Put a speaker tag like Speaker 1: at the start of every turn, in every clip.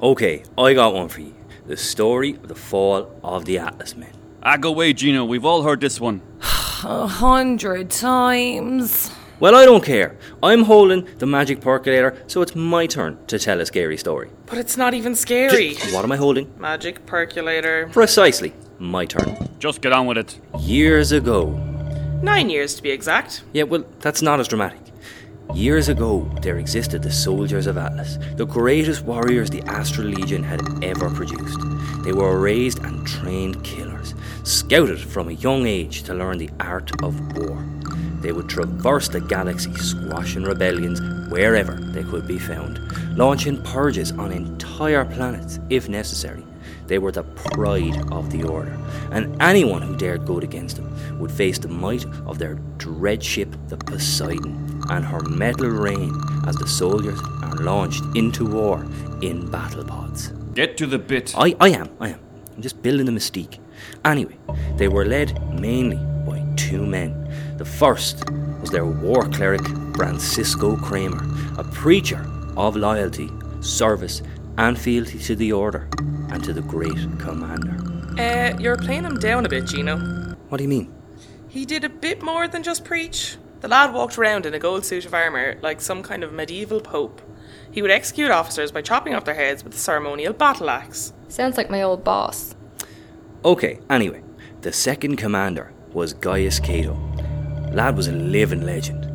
Speaker 1: Okay, I got one for you. The story of the fall of the Atlas Men.
Speaker 2: Ah, go away, Gino. We've all heard this one.
Speaker 3: A hundred times.
Speaker 1: Well, I don't care. I'm holding the magic percolator, so it's my turn to tell a scary story.
Speaker 4: But it's not even scary.
Speaker 1: What am I holding?
Speaker 4: Magic percolator.
Speaker 1: Precisely, my turn.
Speaker 2: Just get on with it.
Speaker 1: Years ago.
Speaker 4: Nine years to be exact.
Speaker 1: Yeah, well, that's not as dramatic. Years ago, there existed the soldiers of Atlas, the greatest warriors the Astral Legion had ever produced. They were raised and trained killers, scouted from a young age to learn the art of war. They would traverse the galaxy, squashing rebellions wherever they could be found, launching purges on entire planets if necessary. They were the pride of the Order, and anyone who dared go against them would face the might of their dread ship, the Poseidon, and her metal rain as the soldiers are launched into war in battle pods.
Speaker 2: Get to the bit.
Speaker 1: I, I am, I am. I'm just building the mystique. Anyway, they were led mainly by two men. The first was their war cleric, Francisco Kramer, a preacher of loyalty, service, and fealty to the Order and to the Great Commander.
Speaker 4: Uh, you're playing him down a bit, Gino.
Speaker 1: What do you mean?
Speaker 4: He did a bit more than just preach. The lad walked around in a gold suit of armour like some kind of medieval pope. He would execute officers by chopping off their heads with a ceremonial battle axe.
Speaker 5: Sounds like my old boss.
Speaker 1: Okay, anyway, the second commander was Gaius Cato. Lad was a living legend.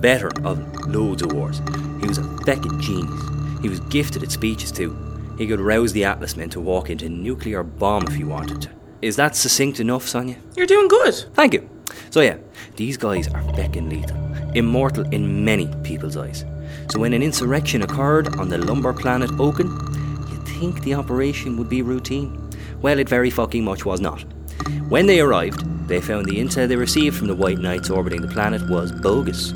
Speaker 1: Veteran of loads of wars. He was a feckin' genius. He was gifted at speeches too. He could rouse the Atlas men to walk into nuclear bomb if he wanted to. Is that succinct enough, Sonia?
Speaker 4: You're doing good.
Speaker 1: Thank you. So yeah, these guys are feckin' lethal, immortal in many people's eyes. So when an insurrection occurred on the lumber planet Oaken, you'd think the operation would be routine. Well, it very fucking much was not. When they arrived, they found the intel they received from the White Knights orbiting the planet was bogus.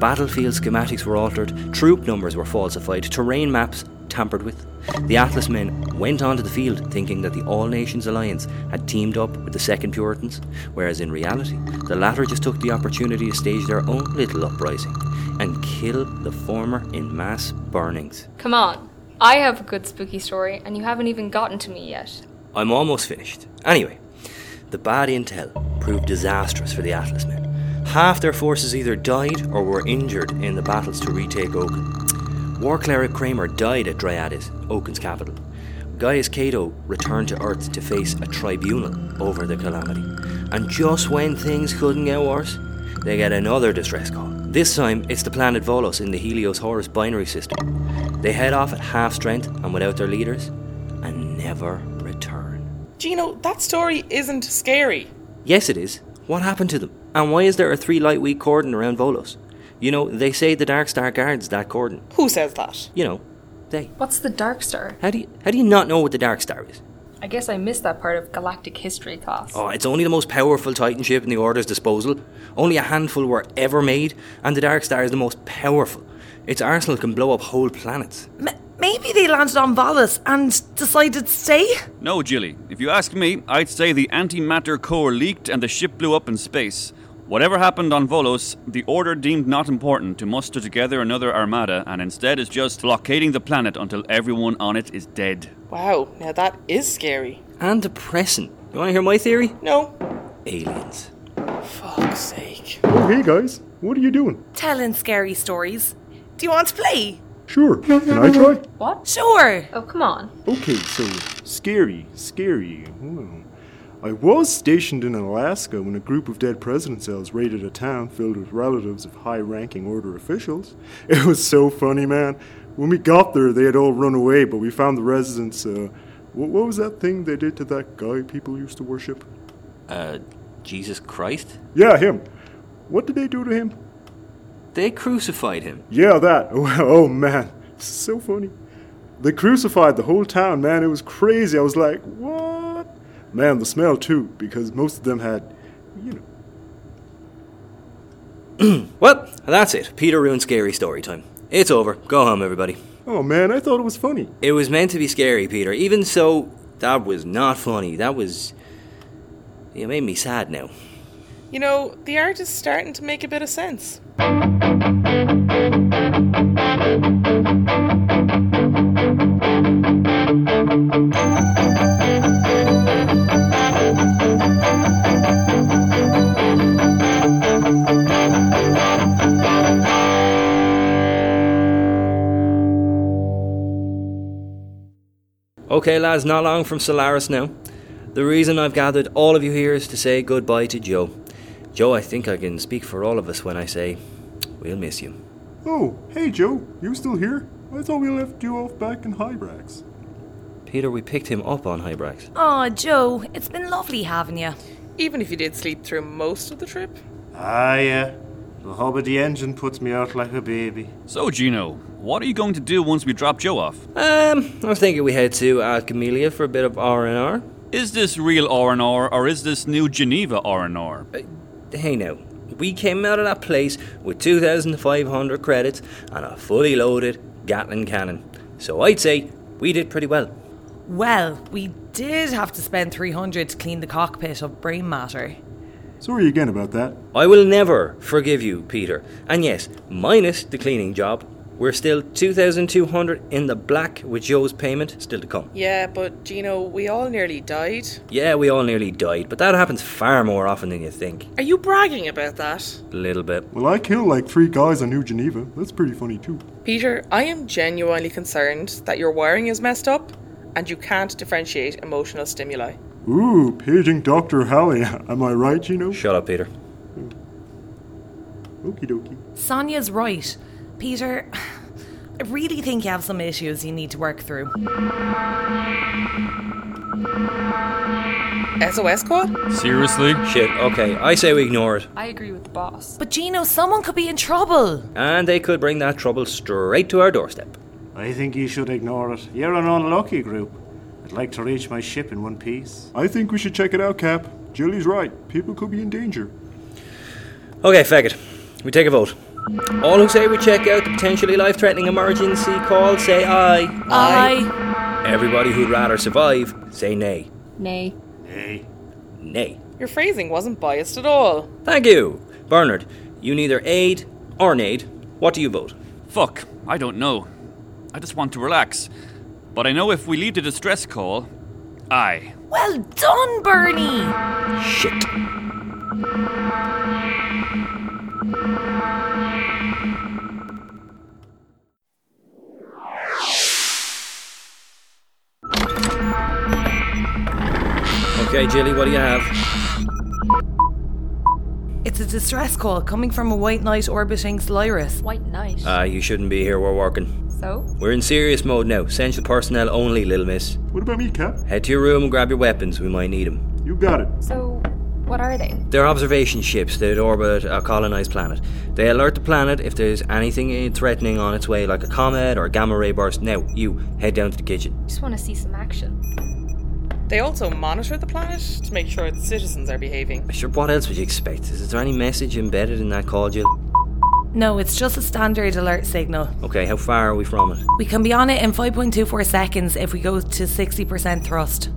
Speaker 1: Battlefield schematics were altered, troop numbers were falsified, terrain maps tampered with. The Atlas men went onto the field thinking that the All Nations Alliance had teamed up with the Second Puritans, whereas in reality, the latter just took the opportunity to stage their own little uprising and kill the former in mass burnings.
Speaker 5: Come on. I have a good spooky story, and you haven't even gotten to me yet.
Speaker 1: I'm almost finished. Anyway, the bad intel proved disastrous for the Atlas men. Half their forces either died or were injured in the battles to retake Oaken. War cleric Kramer died at Dryades, Oaken's capital. Gaius Cato returned to Earth to face a tribunal over the calamity. And just when things couldn't get worse, they get another distress call. This time, it's the planet Volos in the Helios Horus binary system. They head off at half strength and without their leaders, and never return.
Speaker 4: Gino, that story isn't scary.
Speaker 1: Yes, it is. What happened to them? And why is there a three light weak cordon around Volos? You know, they say the Dark Star guards that cordon.
Speaker 4: Who says that?
Speaker 1: You know, they.
Speaker 5: What's the Dark Star?
Speaker 1: How do you, how do you not know what the Dark Star is?
Speaker 5: I guess I missed that part of galactic history class.
Speaker 1: Oh, it's only the most powerful Titan ship in the Order's disposal. Only a handful were ever made, and the Dark Star is the most powerful. Its arsenal can blow up whole planets.
Speaker 3: M- maybe they landed on Valus and decided to stay?
Speaker 2: No, Jilly. If you ask me, I'd say the antimatter core leaked and the ship blew up in space. Whatever happened on Volos, the Order deemed not important to muster together another armada and instead is just blockading the planet until everyone on it is dead.
Speaker 4: Wow, now that is scary.
Speaker 1: And depressing. You want to hear my theory?
Speaker 4: No.
Speaker 1: Aliens.
Speaker 4: Fuck's sake.
Speaker 6: Oh, hey guys, what are you doing?
Speaker 3: Telling scary stories. Do you want to play?
Speaker 6: Sure, can I try?
Speaker 5: What?
Speaker 3: Sure.
Speaker 5: Oh, come on.
Speaker 6: Okay, so scary, scary. Hmm. I was stationed in Alaska when a group of dead prison cells raided a town filled with relatives of high ranking order officials. It was so funny, man. When we got there, they had all run away, but we found the residents. Uh, what, what was that thing they did to that guy people used to worship?
Speaker 1: Uh, Jesus Christ?
Speaker 6: Yeah, him. What did they do to him?
Speaker 1: They crucified him.
Speaker 6: Yeah, that. Oh man, so funny. They crucified the whole town, man. It was crazy. I was like, what? Man, the smell too, because most of them had, you know.
Speaker 1: Well, that's it. Peter ruined scary story time. It's over. Go home, everybody.
Speaker 6: Oh man, I thought it was funny.
Speaker 1: It was meant to be scary, Peter. Even so, that was not funny. That was. It made me sad now.
Speaker 4: You know, the art is starting to make a bit of sense.
Speaker 1: Okay, lads, not long from Solaris now. The reason I've gathered all of you here is to say goodbye to Joe. Joe, I think I can speak for all of us when I say we'll miss you.
Speaker 6: Oh, hey, Joe, you still here? I thought we left you off back in Hybrax.
Speaker 1: Peter, we picked him up on Hybrax.
Speaker 3: Aw, Ah, Joe, it's been lovely having you.
Speaker 4: Even if you did sleep through most of the trip,
Speaker 7: Ah, yeah. The hub of the engine puts me out like a baby.
Speaker 2: So, Gino, what are you going to do once we drop Joe off?
Speaker 1: Um, I was thinking we head to uh, Camellia for a bit of R&R.
Speaker 2: Is this real R&R or is this new Geneva R&R?
Speaker 1: Uh, Hey now, we came out of that place with 2,500 credits and a fully loaded Gatling cannon. So I'd say we did pretty well.
Speaker 3: Well, we did have to spend 300 to clean the cockpit of brain matter.
Speaker 6: Sorry again about that.
Speaker 1: I will never forgive you, Peter. And yes, minus the cleaning job, we're still 2,200 in the black with Joe's payment still to come.
Speaker 4: yeah, but Gino, we all nearly died.
Speaker 1: Yeah, we all nearly died, but that happens far more often than you think.
Speaker 4: Are you bragging about that?
Speaker 1: A little bit.
Speaker 6: Well, I killed like three guys on New Geneva. That's pretty funny, too.
Speaker 4: Peter, I am genuinely concerned that your wiring is messed up and you can't differentiate emotional stimuli.
Speaker 6: Ooh, paging Dr. Halley. Am I right, Gino?
Speaker 1: Shut up, Peter.
Speaker 6: Okie dokie.
Speaker 3: Sonia's right. Peter, I really think you have some issues you need to work through.
Speaker 4: SOS call?
Speaker 2: Seriously?
Speaker 1: Shit, okay, I say we ignore it.
Speaker 5: I agree with the boss.
Speaker 3: But Gino, someone could be in trouble.
Speaker 1: And they could bring that trouble straight to our doorstep.
Speaker 7: I think you should ignore it. You're an unlucky group. I'd like to reach my ship in one piece.
Speaker 6: I think we should check it out, Cap. Julie's right. People could be in danger.
Speaker 1: Okay, faggot. We take a vote. All who say we check out the potentially life threatening emergency call say aye.
Speaker 3: I.
Speaker 1: Everybody who'd rather survive say nay.
Speaker 5: Nay.
Speaker 7: Hey.
Speaker 1: Nay.
Speaker 4: Your phrasing wasn't biased at all.
Speaker 1: Thank you. Bernard, you neither aid or nade. What do you vote?
Speaker 2: Fuck, I don't know. I just want to relax. But I know if we leave the distress call, I.
Speaker 3: Well done, Bernie.
Speaker 1: Shit. Okay, Jilly, what do you have?
Speaker 3: It's a distress call coming from a white knight orbiting Solaris.
Speaker 5: White knight.
Speaker 1: Ah, you shouldn't be here. We're working.
Speaker 5: so?
Speaker 1: We're in serious mode now. Essential personnel only, little miss.
Speaker 6: What about me, Cap?
Speaker 1: Head to your room and grab your weapons. We might need them.
Speaker 6: You got it.
Speaker 5: So, what are they?
Speaker 1: They're observation ships that orbit a colonized planet. They alert the planet if there's anything threatening on its way, like a comet or a gamma ray burst. Now, you head down to the kitchen.
Speaker 5: Just want to see some action.
Speaker 4: They also monitor the planet to make sure its citizens are behaving.
Speaker 1: Sure, what else would you expect? Is there any message embedded in that call, Jill?
Speaker 3: No, it's just a standard alert signal.
Speaker 1: Okay, how far are we from it?
Speaker 3: We can be on it in 5.24 seconds if we go to 60% thrust.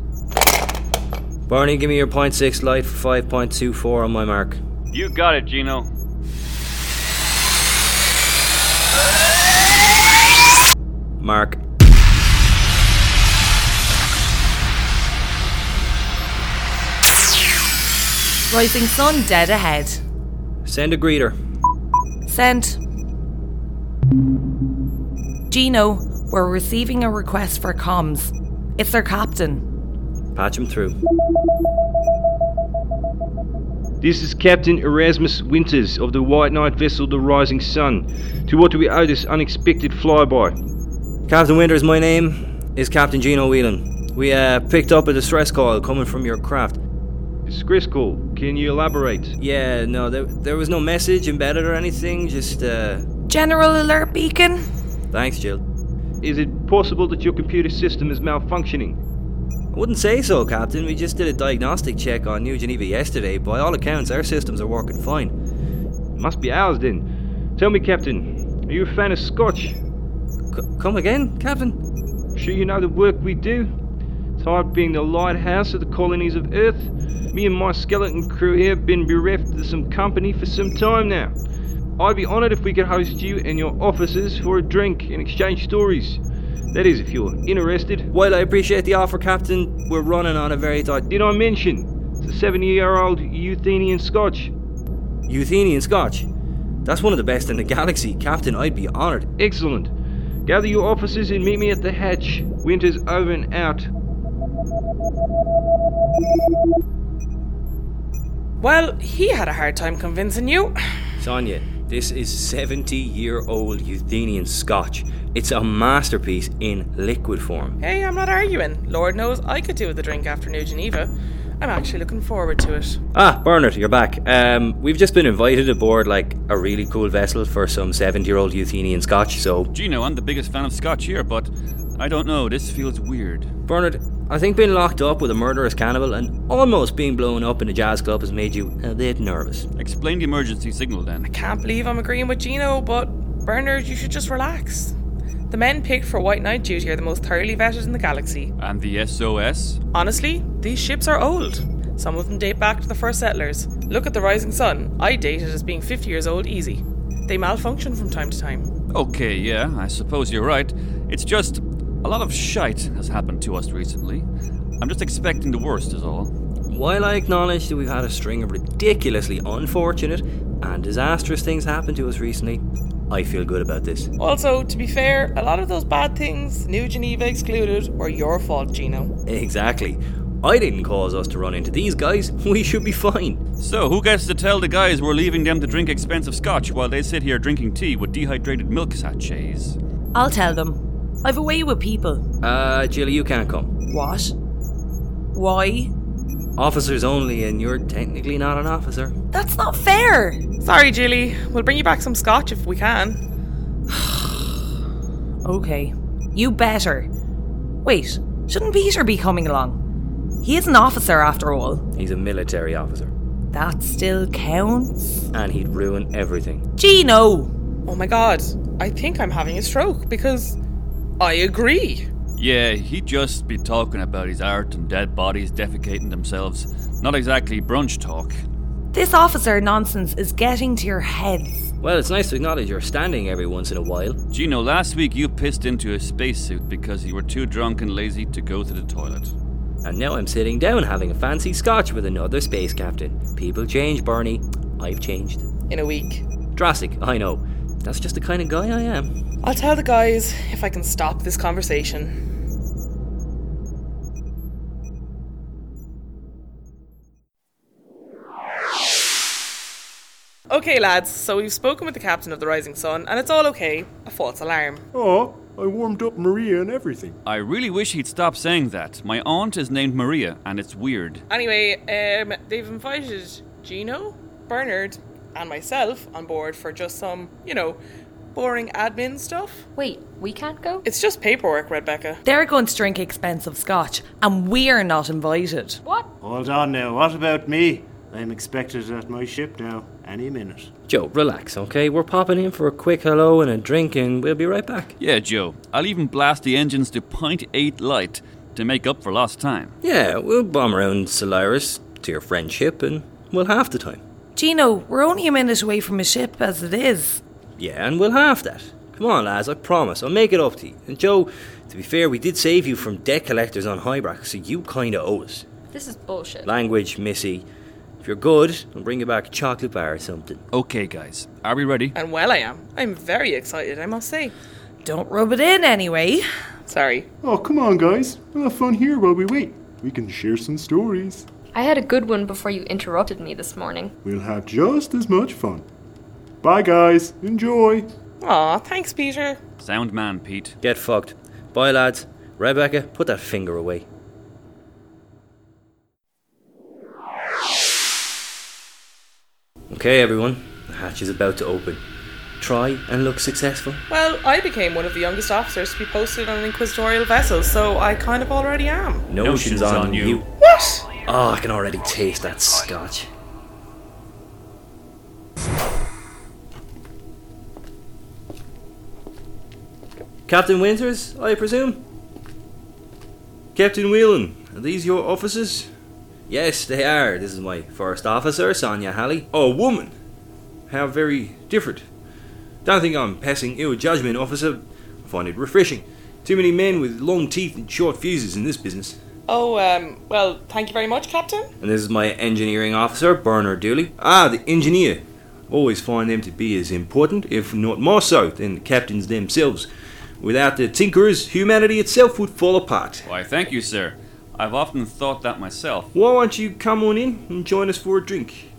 Speaker 1: Barney, give me your 0.6 light for 5.24 on my mark.
Speaker 2: You got it, Gino.
Speaker 1: Mark.
Speaker 3: Rising sun dead ahead.
Speaker 1: Send a greeter.
Speaker 3: Sent. Gino, we're receiving a request for comms. It's their captain.
Speaker 1: Patch him through. This is Captain Erasmus Winters of the White Knight vessel The Rising Sun. To what do we owe this unexpected flyby? Captain Winters, my name is Captain Gino Whelan. We uh, picked up a distress call coming from your craft.
Speaker 8: Distress call. Can you elaborate?
Speaker 1: Yeah, no, there, there was no message embedded or anything, just uh,
Speaker 3: General alert beacon?
Speaker 1: thanks, Jill.
Speaker 8: Is it possible that your computer system is malfunctioning?
Speaker 1: I wouldn't say so, Captain. We just did a diagnostic check on New Geneva yesterday. By all accounts, our systems are working fine.
Speaker 8: Must be ours then. Tell me, Captain, are you a fan of Scotch?
Speaker 1: C- come again, Captain?
Speaker 8: Sure you know the work we do? Tired of being the lighthouse of the colonies of Earth? Me and my skeleton crew here have been bereft of some company for some time now. I'd be honored if we could host you and your officers for a drink and exchange stories. That is, if you're interested.
Speaker 1: While I appreciate the offer, Captain, we're running on a very tight.
Speaker 8: Did I mention it's a 70 year old Euthenian Scotch?
Speaker 1: Euthenian Scotch. That's one of the best in the galaxy, Captain. I'd be honored.
Speaker 8: Excellent. Gather your officers and meet me at the hatch. Winter's over and out.
Speaker 4: Well, he had a hard time convincing you.
Speaker 1: Sonia, this is 70 year old Euthenian Scotch. It's a masterpiece in liquid form.
Speaker 4: Hey, I'm not arguing. Lord knows I could do with a drink after New Geneva. I'm actually looking forward to it.
Speaker 1: Ah, Bernard, you're back. Um, we've just been invited aboard like a really cool vessel for some 70 year old Euthenian Scotch, so.
Speaker 2: Gino, I'm the biggest fan of Scotch here, but I don't know. This feels weird.
Speaker 1: Bernard, I think being locked up with a murderous cannibal and almost being blown up in a jazz club has made you a bit nervous.
Speaker 2: Explain the emergency signal then.
Speaker 4: Can't believe I'm agreeing with Gino, but Bernard, you should just relax. The men picked for White Knight duty are the most thoroughly vetted in the galaxy.
Speaker 2: And the SOS?
Speaker 4: Honestly, these ships are old. Some of them date back to the first settlers. Look at the Rising Sun. I date it as being 50 years old easy. They malfunction from time to time.
Speaker 2: Okay, yeah, I suppose you're right. It's just a lot of shite has happened to us recently. I'm just expecting the worst, is all.
Speaker 1: While I acknowledge that we've had a string of ridiculously unfortunate and disastrous things happen to us recently, I feel good about this.
Speaker 4: Also, to be fair, a lot of those bad things, New Geneva excluded, were your fault, Gino.
Speaker 1: Exactly. I didn't cause us to run into these guys. We should be fine.
Speaker 2: So, who gets to tell the guys we're leaving them to drink expensive scotch while they sit here drinking tea with dehydrated milk sachets?
Speaker 3: I'll tell them. I've a way with people.
Speaker 1: Uh, Jilly, you can't come.
Speaker 3: What? Why?
Speaker 1: Officers only, and you're technically not an officer.
Speaker 3: That's not fair.
Speaker 4: Sorry, Julie. We'll bring you back some scotch if we can.
Speaker 3: Okay. You better. Wait, shouldn't Peter be coming along? He is an officer after all.
Speaker 1: He's a military officer,
Speaker 3: That still counts.
Speaker 1: and he'd ruin everything.
Speaker 3: Gino!
Speaker 4: Oh my god, I think I'm having a stroke because I agree.
Speaker 2: Yeah, he'd just be talking about his art and dead bodies defecating themselves. Not exactly brunch talk.
Speaker 3: This officer nonsense is getting to your heads.
Speaker 1: Well, it's nice to acknowledge you're standing every once in a while.
Speaker 2: Gino, last week you pissed into a spacesuit because you were too drunk and lazy to go to the toilet.
Speaker 1: And now I'm sitting down having a fancy scotch with another space captain. People change, Barney. I've changed.
Speaker 4: In a week.
Speaker 1: Drastic, I know. That's just the kind of guy I am.
Speaker 4: I'll tell the guys if I can stop this conversation. Okay, lads, so we've spoken with the captain of the Rising Sun, and it's all okay. A false alarm.
Speaker 6: Oh, I warmed up Maria and everything.
Speaker 2: I really wish he'd stop saying that. My aunt is named Maria, and it's weird.
Speaker 4: Anyway, um, they've invited Gino, Bernard, and myself on board for just some, you know, boring admin stuff.
Speaker 5: Wait, we can't go?
Speaker 4: It's just paperwork, Rebecca.
Speaker 3: They're going to drink expensive scotch, and we're not invited.
Speaker 5: What?
Speaker 7: Hold on now, what about me? I'm expected at my ship now, any minute.
Speaker 1: Joe, relax, okay? We're popping in for a quick hello and a drink, and we'll be right back.
Speaker 2: Yeah, Joe, I'll even blast the engines to 0.8 light to make up for lost time.
Speaker 1: Yeah, we'll bomb around Solaris to your friendship, and we'll half the time.
Speaker 3: Gino, we're only a minute away from a ship as it is.
Speaker 1: Yeah, and we'll half that. Come on, lads, I promise. I'll make it up to you. And Joe, to be fair, we did save you from debt collectors on Highbrack, so you kinda owe us.
Speaker 5: This is bullshit.
Speaker 1: Language, Missy. If you're good, I'll bring you back a chocolate bar or something.
Speaker 2: Okay, guys, are we ready?
Speaker 4: And well, I am. I'm very excited, I must say.
Speaker 3: Don't rub it in anyway.
Speaker 4: Sorry.
Speaker 6: Oh, come on, guys. We'll have fun here while we wait. We can share some stories.
Speaker 5: I had a good one before you interrupted me this morning.
Speaker 6: We'll have just as much fun. Bye, guys. Enjoy.
Speaker 4: Aw, thanks, Peter.
Speaker 2: Sound man, Pete.
Speaker 1: Get fucked. Bye, lads. Rebecca, put that finger away. Okay, everyone. The hatch is about to open. Try and look successful.
Speaker 4: Well, I became one of the youngest officers to be posted on an inquisitorial vessel, so I kind of already am.
Speaker 1: Notions,
Speaker 2: Notions
Speaker 1: on,
Speaker 2: on you.
Speaker 1: you.
Speaker 4: What?
Speaker 1: Oh, I can already taste that scotch. Captain Winters, I presume? Captain Whelan, are these your officers? Yes, they are. This is my first officer, Sonia Halley. Oh, woman! How very different. Don't think I'm passing ill judgment, officer. I find it refreshing Too many men with long teeth and short fuses in this business.
Speaker 4: Oh, um, well, thank you very much, Captain.
Speaker 1: And this is my engineering officer, Bernard Dooley. Ah, the engineer. Always find them to be as important, if not more so, than the captains themselves. Without the tinkerers, humanity itself would fall apart.
Speaker 2: Why, thank you, sir. I've often thought that myself.
Speaker 1: Why won't you come on in and join us for a drink?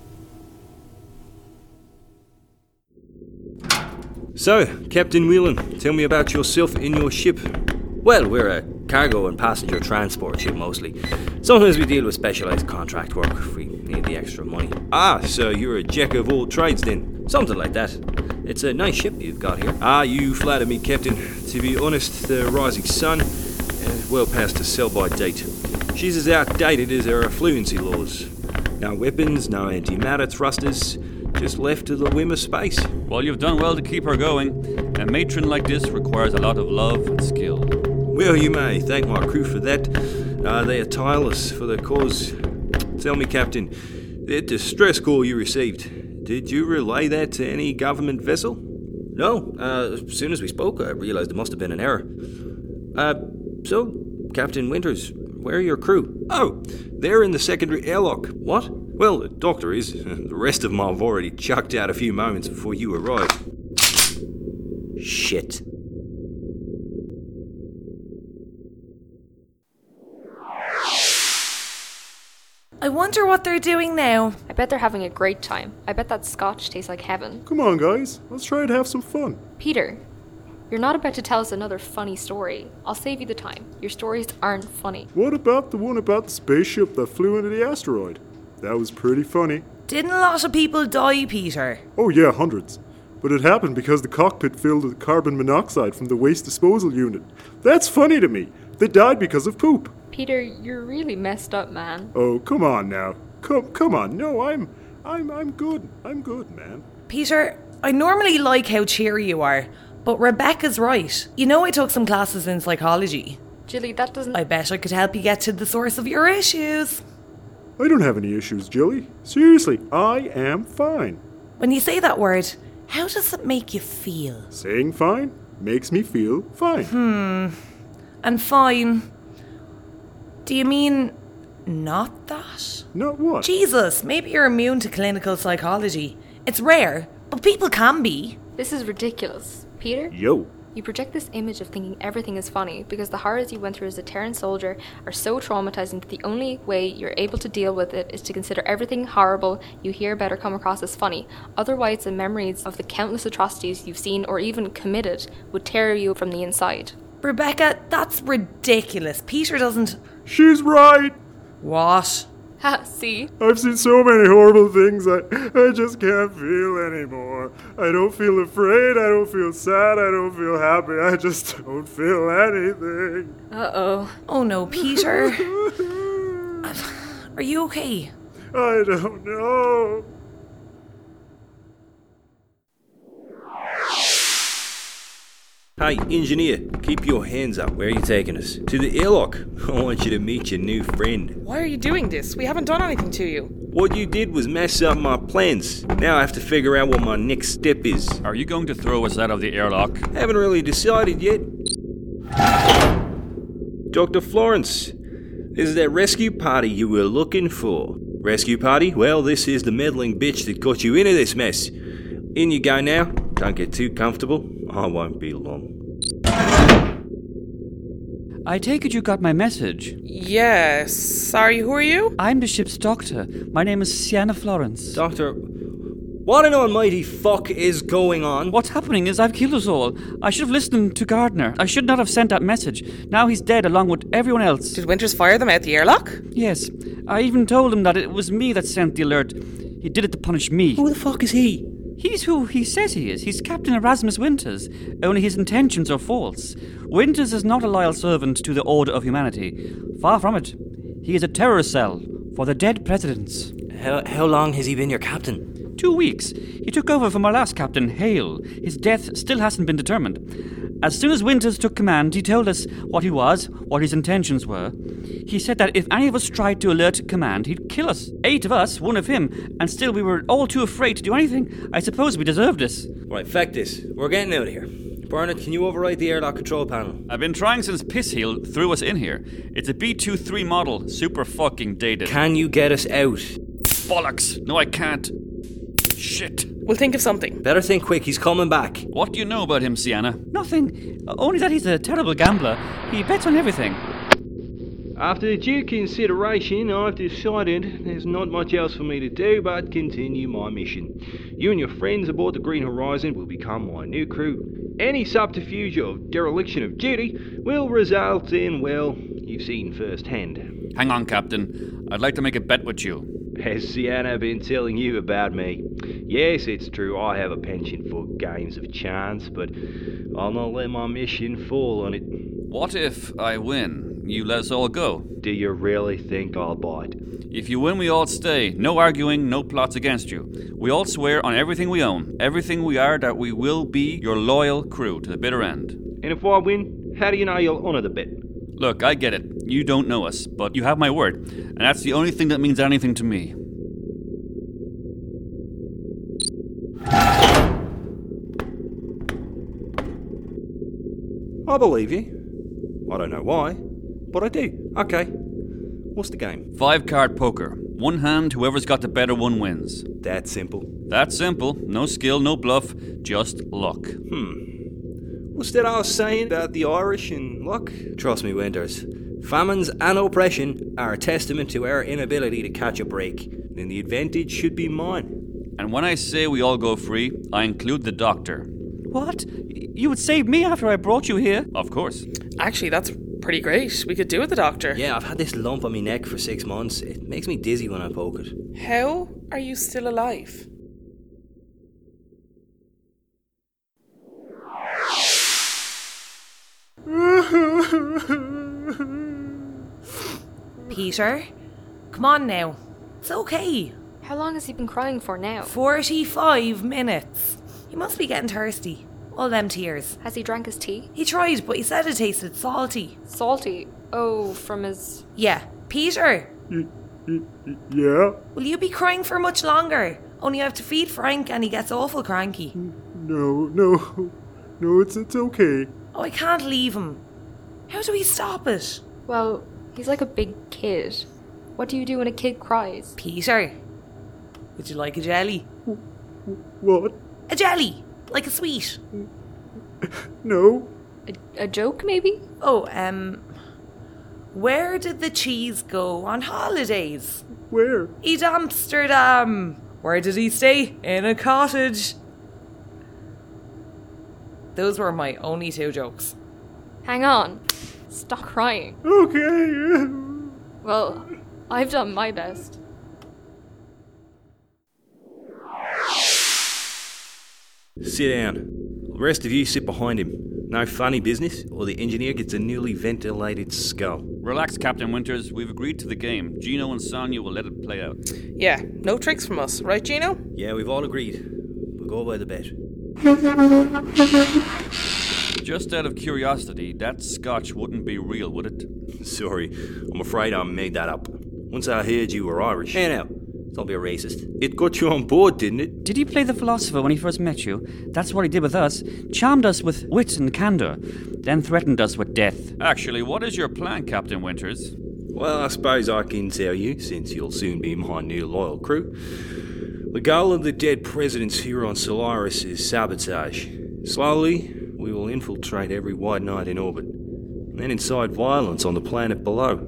Speaker 1: So, Captain Whelan, tell me about yourself and your ship. Well, we're a cargo and passenger transport ship mostly. Sometimes we deal with specialised contract work if we need the extra money. Ah, so you're a jack of all trades then? Something like that. It's a nice ship you've got here. Ah, you flatter me, Captain. To be honest, the Rising Sun is well past the sell by date. She's as outdated as her affluency laws. No weapons, no antimatter thrusters, just left to the whim of space.
Speaker 2: Well, you've done well to keep her going. A matron like this requires a lot of love and skill.
Speaker 1: Well, you may thank my crew for that. Uh, they are tireless for their cause. Tell me, Captain, the distress call you received, did you relay that to any government vessel? No. Uh, as soon as we spoke, I realized it must have been an error. Uh, so, Captain Winters, where are your crew? Oh, they're in the secondary airlock. What? Well, the doctor is. The rest of them I've already chucked out a few moments before you arrived. Shit.
Speaker 3: I wonder what they're doing now.
Speaker 5: I bet they're having a great time. I bet that scotch tastes like heaven.
Speaker 6: Come on, guys, let's try and have some fun.
Speaker 5: Peter, you're not about to tell us another funny story. I'll save you the time. Your stories aren't funny.
Speaker 6: What about the one about the spaceship that flew into the asteroid? That was pretty funny.
Speaker 3: Didn't lots of people die, Peter?
Speaker 6: Oh, yeah, hundreds. But it happened because the cockpit filled with carbon monoxide from the waste disposal unit. That's funny to me. They died because of poop.
Speaker 5: Peter, you're really messed up, man.
Speaker 6: Oh, come on now. Come come on. No, I'm I'm I'm good. I'm good, man.
Speaker 3: Peter, I normally like how cheery you are, but Rebecca's right. You know, I took some classes in psychology.
Speaker 5: Jilly, that doesn't.
Speaker 3: I bet I could help you get to the source of your issues.
Speaker 6: I don't have any issues, Jilly. Seriously, I am fine.
Speaker 3: When you say that word, how does it make you feel?
Speaker 6: Saying fine makes me feel fine.
Speaker 3: And fine. Do you mean not that?
Speaker 6: Not what?
Speaker 3: Jesus, maybe you're immune to clinical psychology. It's rare, but people can be.
Speaker 5: This is ridiculous. Peter,
Speaker 6: Yo.
Speaker 5: you project this image of thinking everything is funny because the horrors you went through as a Terran soldier are so traumatizing that the only way you're able to deal with it is to consider everything horrible you hear about or come across as funny. Otherwise, the memories of the countless atrocities you've seen or even committed would tear you from the inside.
Speaker 3: Rebecca, that's ridiculous. Peter doesn't.
Speaker 6: She's right.
Speaker 3: What?
Speaker 5: Ha, Ah, see?
Speaker 6: I've seen so many horrible things I, I just can't feel anymore. I don't feel afraid, I don't feel sad, I don't feel happy, I just don't feel anything.
Speaker 5: Uh oh.
Speaker 3: Oh no, Peter. Are you okay?
Speaker 6: I don't know.
Speaker 1: Hey, engineer, keep your hands up. Where are you taking us? To the airlock. I want you to meet your new friend.
Speaker 4: Why are you doing this? We haven't done anything to you.
Speaker 1: What you did was mess up my plans. Now I have to figure out what my next step is.
Speaker 2: Are you going to throw us out of the airlock?
Speaker 1: Haven't really decided yet. Dr. Florence, this is that rescue party you were looking for. Rescue party? Well, this is the meddling bitch that got you into this mess. In you go now. Don't get too comfortable. I won't be long.
Speaker 2: I take it you got my message.
Speaker 4: Yes. Sorry, who are you?
Speaker 2: I'm the ship's doctor. My name is Sienna Florence.
Speaker 1: Doctor, what an almighty fuck is going on?
Speaker 2: What's happening is I've killed us all. I should have listened to Gardner. I should not have sent that message. Now he's dead along with everyone else.
Speaker 4: Did Winters fire them out the airlock?
Speaker 2: Yes, I even told him that it was me that sent the alert. He did it to punish me.
Speaker 1: Who the fuck is he?
Speaker 2: He's who he says he is. He's Captain Erasmus Winters, only his intentions are false. Winters is not a loyal servant to the order of humanity. Far from it. He is a terror cell for the dead presidents.
Speaker 1: How, how long has he been your captain?
Speaker 2: Two weeks. He took over from our last captain, Hale. His death still hasn't been determined. As soon as Winters took command, he told us what he was, what his intentions were. He said that if any of us tried to alert command, he'd kill us. Eight of us, one of him, and still we were all too afraid to do anything. I suppose we deserved this.
Speaker 1: Right, fact is, we're getting out of here. Barnett, can you override the airlock control panel?
Speaker 2: I've been trying since Pissheel threw us in here. It's a B23 model, super fucking dated.
Speaker 1: Can you get us out?
Speaker 2: Bollocks! No, I can't. Shit.
Speaker 4: We'll think of something.
Speaker 1: Better think quick, he's coming back.
Speaker 2: What do you know about him, Sienna?
Speaker 9: Nothing. Only that he's a terrible gambler. He bets on everything.
Speaker 8: After due consideration, I've decided there's not much else for me to do but continue my mission. You and your friends aboard the Green Horizon will become my new crew. Any subterfuge of dereliction of duty will result in, well, you've seen firsthand.
Speaker 2: Hang on, Captain. I'd like to make a bet with you.
Speaker 8: Has Sienna been telling you about me? Yes, it's true, I have a penchant for games of chance, but I'll not let my mission fall on it.
Speaker 2: What if I win? You let us all go.
Speaker 8: Do you really think I'll bite?
Speaker 2: If you win, we all stay. No arguing, no plots against you. We all swear on everything we own, everything we are, that we will be your loyal crew to the bitter end.
Speaker 8: And if I win, how do you know you'll honour the bet?
Speaker 2: Look, I get it. You don't know us, but you have my word, and that's the only thing that means anything to me.
Speaker 1: I believe you. I don't know why, but I do. Okay. What's the game?
Speaker 2: Five card poker. One hand, whoever's got the better one wins.
Speaker 1: That simple.
Speaker 2: That's simple. No skill, no bluff, just luck.
Speaker 10: Was that I was saying about the Irish and luck?
Speaker 1: Trust me, Winters. Famines and oppression are a testament to our inability to catch a break. Then the advantage should be mine.
Speaker 2: And when I say we all go free, I include the doctor.
Speaker 9: What? You would save me after I brought you here?
Speaker 2: Of course.
Speaker 4: Actually, that's pretty great. We could do with the doctor.
Speaker 1: Yeah, I've had this lump on my neck for six months. It makes me dizzy when I poke it.
Speaker 4: How are you still alive?
Speaker 3: Peter, come on now. It's okay.
Speaker 5: How long has he been crying for now?
Speaker 3: 45 minutes. You must be getting thirsty. All them tears.
Speaker 5: Has he drank his tea?
Speaker 3: He tried, but he said it tasted salty.
Speaker 5: Salty. Oh, from his.
Speaker 3: Yeah, Peter,
Speaker 6: Yeah?
Speaker 3: will you be crying for much longer? Only I have to feed Frank and he gets awful cranky.
Speaker 6: No, no. No, it's, it's okay.
Speaker 3: Oh, I can't leave him. How do we stop it?
Speaker 5: Well, he's like a big kid. What do you do when a kid cries?
Speaker 3: Peter, would you like a jelly?
Speaker 6: What?
Speaker 3: A jelly! Like a sweet.
Speaker 6: No?
Speaker 5: A, a joke, maybe?
Speaker 3: Oh, um. Where did the cheese go on holidays?
Speaker 6: Where?
Speaker 3: Eat Amsterdam! Where did he stay? In a cottage. Those were my only two jokes.
Speaker 5: Hang on. Stop crying.
Speaker 6: Okay.
Speaker 5: Well, I've done my best.
Speaker 1: Sit down. The rest of you sit behind him. No funny business, or the engineer gets a newly ventilated skull.
Speaker 2: Relax, Captain Winters. We've agreed to the game. Gino and Sonya will let it play out.
Speaker 4: Yeah, no tricks from us, right, Gino?
Speaker 1: Yeah, we've all agreed. We'll go by the bet.
Speaker 2: Just out of curiosity, that scotch wouldn't be real, would it?
Speaker 1: Sorry, I'm afraid I made that up. Once I heard you were Irish. Hey now, don't be a racist. It got you on board, didn't it?
Speaker 9: Did he play the philosopher when he first met you? That's what he did with us. Charmed us with wit and candor, then threatened us with death.
Speaker 2: Actually, what is your plan, Captain Winters?
Speaker 1: Well, I suppose I can tell you, since you'll soon be my new loyal crew. The goal of the dead presidents here on Solaris is sabotage. Slowly, we will infiltrate every white knight in orbit, and then incite violence on the planet below.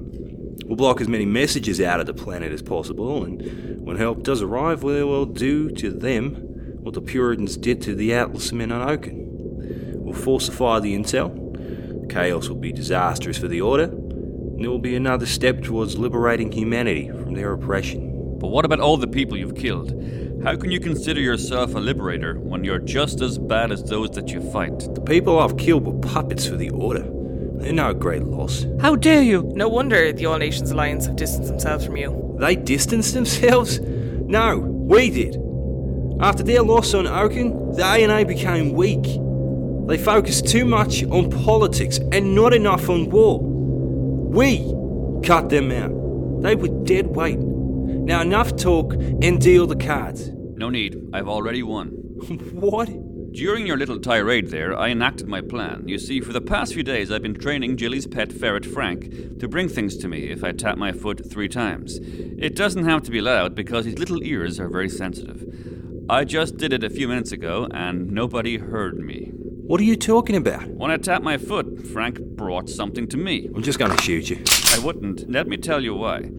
Speaker 1: We'll block as many messages out of the planet as possible, and when help does arrive, we will do to them what the Puritans did to the Atlas men on Oaken. We'll falsify the intel. Chaos will be disastrous for the Order, and it will be another step towards liberating humanity from their oppression.
Speaker 2: But what about all the people you've killed? How can you consider yourself a liberator when you're just as bad as those that you fight?
Speaker 1: The people I've killed were puppets for the Order. They're no great loss.
Speaker 9: How dare you?
Speaker 4: No wonder the All Nations Alliance have distanced themselves from you.
Speaker 1: They distanced themselves? No, we did. After their loss on Oaken, the A became weak. They focused too much on politics and not enough on war. We cut them out. They were dead weight. Now enough talk and deal the cards.
Speaker 2: No need. I've already won.
Speaker 1: what?
Speaker 2: During your little tirade there, I enacted my plan. You see, for the past few days, I've been training Jilly's pet ferret Frank to bring things to me if I tap my foot three times. It doesn't have to be loud because his little ears are very sensitive. I just did it a few minutes ago and nobody heard me.
Speaker 1: What are you talking about?
Speaker 2: When I tapped my foot, Frank brought something to me.
Speaker 1: I'm just gonna shoot you.
Speaker 2: I wouldn't. Let me tell you why.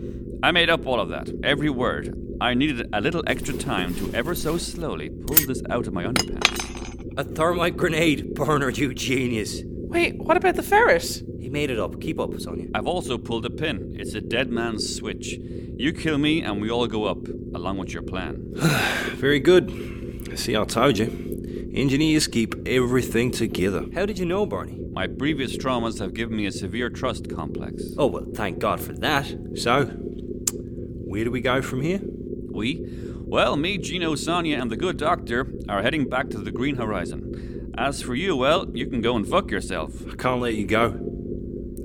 Speaker 2: I made up all of that, every word. I needed a little extra time to ever so slowly pull this out of my underpants.
Speaker 1: A thermite grenade, Bernard, you genius.
Speaker 4: Wait, what about the ferret?
Speaker 1: He made it up. Keep up, Sonia.
Speaker 2: I've also pulled a pin. It's a dead man's switch. You kill me and we all go up, along with your plan.
Speaker 1: Very good. See, I told you. Engineers keep everything together. How did you know, Barney?
Speaker 2: My previous traumas have given me a severe trust complex.
Speaker 1: Oh, well, thank God for that. So, where do we go from here?
Speaker 2: We? Well, me, Gino, Sonia, and the good doctor are heading back to the Green Horizon. As for you, well, you can go and fuck yourself.
Speaker 1: I can't let you go.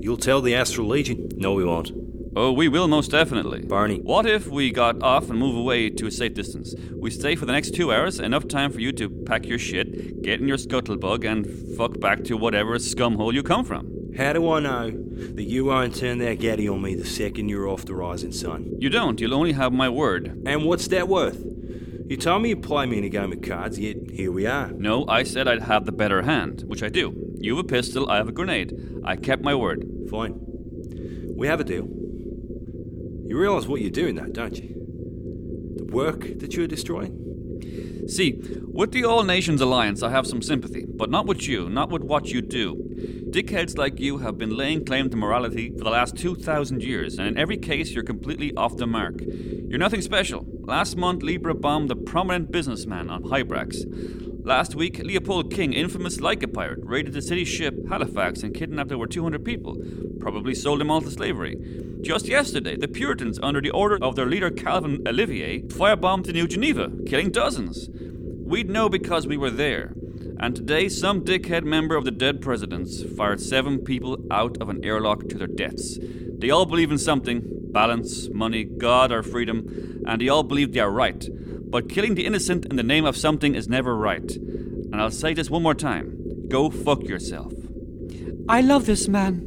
Speaker 1: You'll tell the Astral Legion. No, we won't.
Speaker 2: Oh, we will most definitely.
Speaker 1: Barney.
Speaker 2: What if we got off and move away to a safe distance? We stay for the next two hours, enough time for you to pack your shit, get in your scuttlebug, and fuck back to whatever scumhole you come from.
Speaker 1: How do I know that you won't turn that gaddy on me the second you're off the rising sun?
Speaker 2: You don't, you'll only have my word.
Speaker 1: And what's that worth? You told me you'd play me in a game of cards, yet here we are.
Speaker 2: No, I said I'd have the better hand, which I do. You have a pistol, I have a grenade. I kept my word.
Speaker 1: Fine. We have a deal. You realize what you're doing, though, don't you? The work that you're destroying?
Speaker 2: See, with the All Nations Alliance, I have some sympathy, but not with you, not with what you do. Dickheads like you have been laying claim to morality for the last 2,000 years, and in every case, you're completely off the mark. You're nothing special. Last month, Libra bombed a prominent businessman on Hybrax. Last week, Leopold King, infamous like a pirate, raided the city ship Halifax and kidnapped over 200 people, probably sold them all to slavery. Just yesterday, the Puritans, under the order of their leader Calvin Olivier, firebombed the New Geneva, killing dozens. We'd know because we were there. And today, some dickhead member of the dead presidents fired seven people out of an airlock to their deaths. They all believe in something balance, money, God, or freedom, and they all believe they are right. But killing the innocent in the name of something is never right. And I'll say this one more time go fuck yourself.
Speaker 9: I love this man.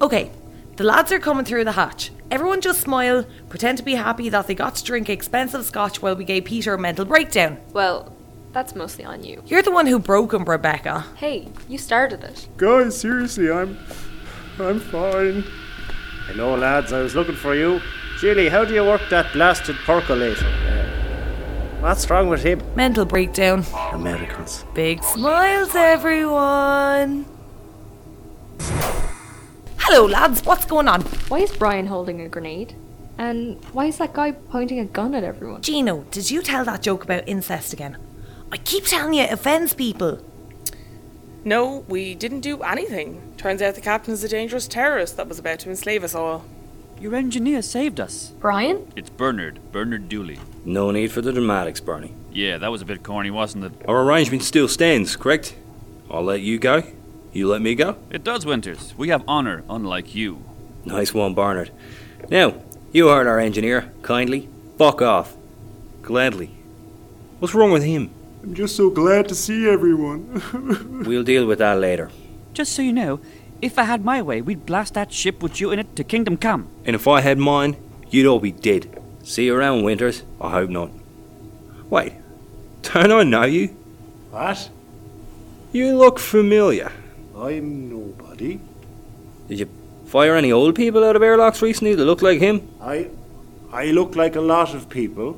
Speaker 3: Okay, the lads are coming through the hatch. Everyone just smile, pretend to be happy that they got to drink expensive scotch while we gave Peter a mental breakdown.
Speaker 5: Well, that's mostly on you.
Speaker 3: You're the one who broke him, Rebecca.
Speaker 5: Hey, you started it.
Speaker 6: Guys, seriously, I'm. I'm fine.
Speaker 7: Hello, lads. I was looking for you. Julie, how do you work that blasted percolator? Uh, What's wrong with him?
Speaker 3: Mental breakdown.
Speaker 7: Americans.
Speaker 3: Big smiles, everyone. Hello, lads. What's going on?
Speaker 5: Why is Brian holding a grenade? And why is that guy pointing a gun at everyone?
Speaker 3: Gino, did you tell that joke about incest again? I keep telling you, it offends people.
Speaker 4: No, we didn't do anything. Turns out the captain is a dangerous terrorist that was about to enslave us all.
Speaker 9: Your engineer saved us.
Speaker 5: Brian?
Speaker 2: It's Bernard, Bernard Dooley.
Speaker 1: No need for the dramatics, Barney.
Speaker 2: Yeah, that was a bit corny, wasn't it?
Speaker 1: Our arrangement still stands, correct? I'll let you go. You let me go.
Speaker 2: It does, Winters. We have honor, unlike you.
Speaker 1: Nice one, Barnard. Now, you heard our engineer. Kindly. Fuck off. Gladly. What's wrong with him?
Speaker 6: I'm just so glad to see everyone.
Speaker 1: We'll deal with that later.
Speaker 9: Just so you know, if I had my way, we'd blast that ship with you in it to Kingdom Come.
Speaker 1: And if I had mine, you'd all be dead. See you around, Winters. I hope not. Wait, don't I know you?
Speaker 7: What?
Speaker 1: You look familiar.
Speaker 7: I'm nobody.
Speaker 1: Did you fire any old people out of airlocks recently that look like him?
Speaker 7: I. I look like a lot of people.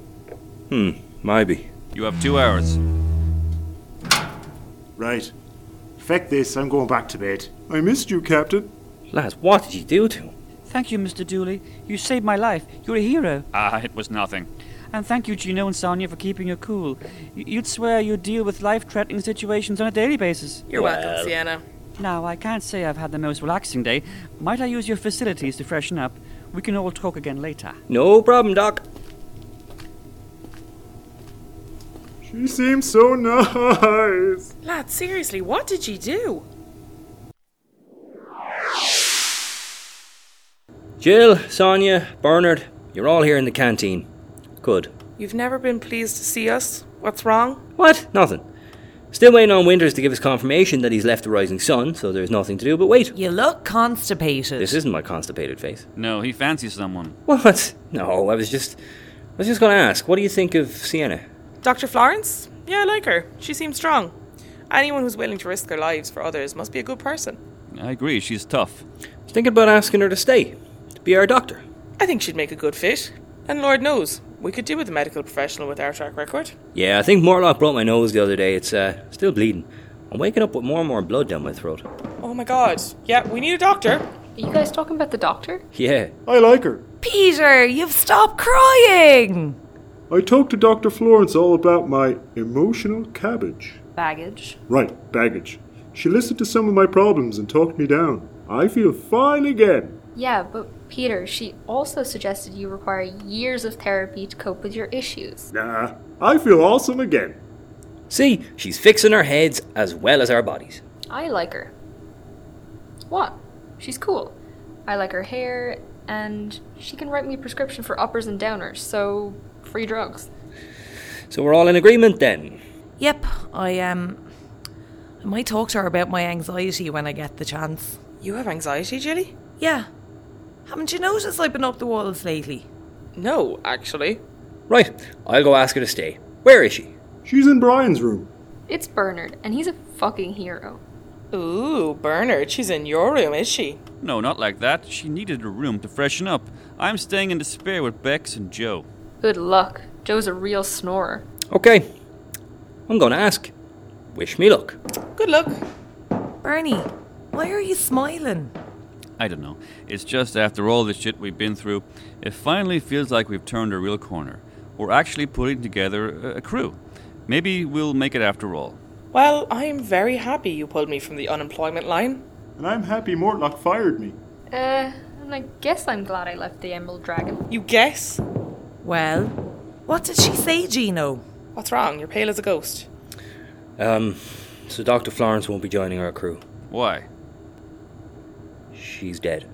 Speaker 1: Hmm, maybe.
Speaker 2: You have two hours.
Speaker 7: Right. Feck this, I'm going back to bed.
Speaker 6: I missed you, Captain.
Speaker 1: Lads, what did you do to him?
Speaker 9: Thank you, Mr. Dooley. You saved my life. You're a hero.
Speaker 2: Ah, it was nothing.
Speaker 9: And thank you, Gino and Sonia, for keeping your cool. Y- You'd swear you deal with life threatening situations on a daily basis.
Speaker 4: You're
Speaker 1: Well.
Speaker 4: welcome, Sienna.
Speaker 9: Now, I can't say I've had the most relaxing day. Might I use your facilities to freshen up? We can all talk again later.
Speaker 1: No problem, Doc.
Speaker 6: She seems so nice.
Speaker 4: Lad, seriously, what did you do?
Speaker 1: Jill, Sonia, Bernard, You're all here in the canteen. Good.
Speaker 4: You've never been pleased to see us? What's wrong?
Speaker 1: What? Nothing. Still waiting on Winters to give us confirmation that he's left the Rising Sun, so there's nothing to do but wait.
Speaker 3: You look constipated.
Speaker 1: This isn't my constipated face.
Speaker 2: No, he fancies someone.
Speaker 1: What? No, I was just. I was just going to ask, what do you think of Sienna?
Speaker 4: Dr. Florence? Yeah, I like her. She seems strong. Anyone who's willing to risk their lives for others must be a good person.
Speaker 2: I agree, she's tough.
Speaker 1: I was thinking about asking her to stay, to be our doctor.
Speaker 4: I think she'd make a good fit. And Lord knows, we could do with a medical professional with our track record.
Speaker 1: Yeah, I think Morlock broke my nose the other day. It's uh, still bleeding. I'm waking up with more and more blood down my throat.
Speaker 4: Oh my god. Yeah, we need a doctor.
Speaker 5: Are you guys talking about the doctor?
Speaker 1: Yeah.
Speaker 6: I like her.
Speaker 3: Peter, you've stopped crying.
Speaker 6: I talked to Dr. Florence all about my emotional cabbage.
Speaker 5: Baggage.
Speaker 6: Right, baggage. She listened to some of my problems and talked me down. I feel fine again.
Speaker 5: Yeah, but Peter, she also suggested you require years of therapy to cope with your issues.
Speaker 6: Nah, I feel awesome again.
Speaker 1: See, she's fixing our heads as well as our bodies.
Speaker 5: I like her. What? She's cool. I like her hair, and she can write me a prescription for uppers and downers, so free drugs.
Speaker 1: So we're all in agreement then.
Speaker 3: Yep, I um, I might talk to her about my anxiety when I get the chance.
Speaker 4: You have anxiety, Jilly?
Speaker 3: Yeah. Haven't you noticed I've been up the walls lately?
Speaker 4: No, actually.
Speaker 1: Right, I'll go ask her to stay. Where is she?
Speaker 6: She's in Brian's room.
Speaker 5: It's Bernard, and he's a fucking hero.
Speaker 4: Ooh, Bernard, she's in your room, is she?
Speaker 2: No, not like that. She needed a room to freshen up. I'm staying in despair with Bex and Joe.
Speaker 5: Good luck. Joe's a real snorer.
Speaker 1: Okay. I'm going to ask. Wish me luck.
Speaker 4: Good luck.
Speaker 3: Bernie, why are you smiling?
Speaker 2: I don't know. It's just after all the shit we've been through, it finally feels like we've turned a real corner. We're actually putting together a, a crew. Maybe we'll make it after all.
Speaker 4: Well, I'm very happy you pulled me from the unemployment line.
Speaker 6: And I'm happy Mortlock fired me.
Speaker 5: Uh, and I guess I'm glad I left the Emerald Dragon.
Speaker 4: You guess?
Speaker 3: Well, what did she say, Gino?
Speaker 4: What's wrong? You're pale as a ghost.
Speaker 1: Um, so Dr. Florence won't be joining our crew.
Speaker 2: Why?
Speaker 1: She's dead.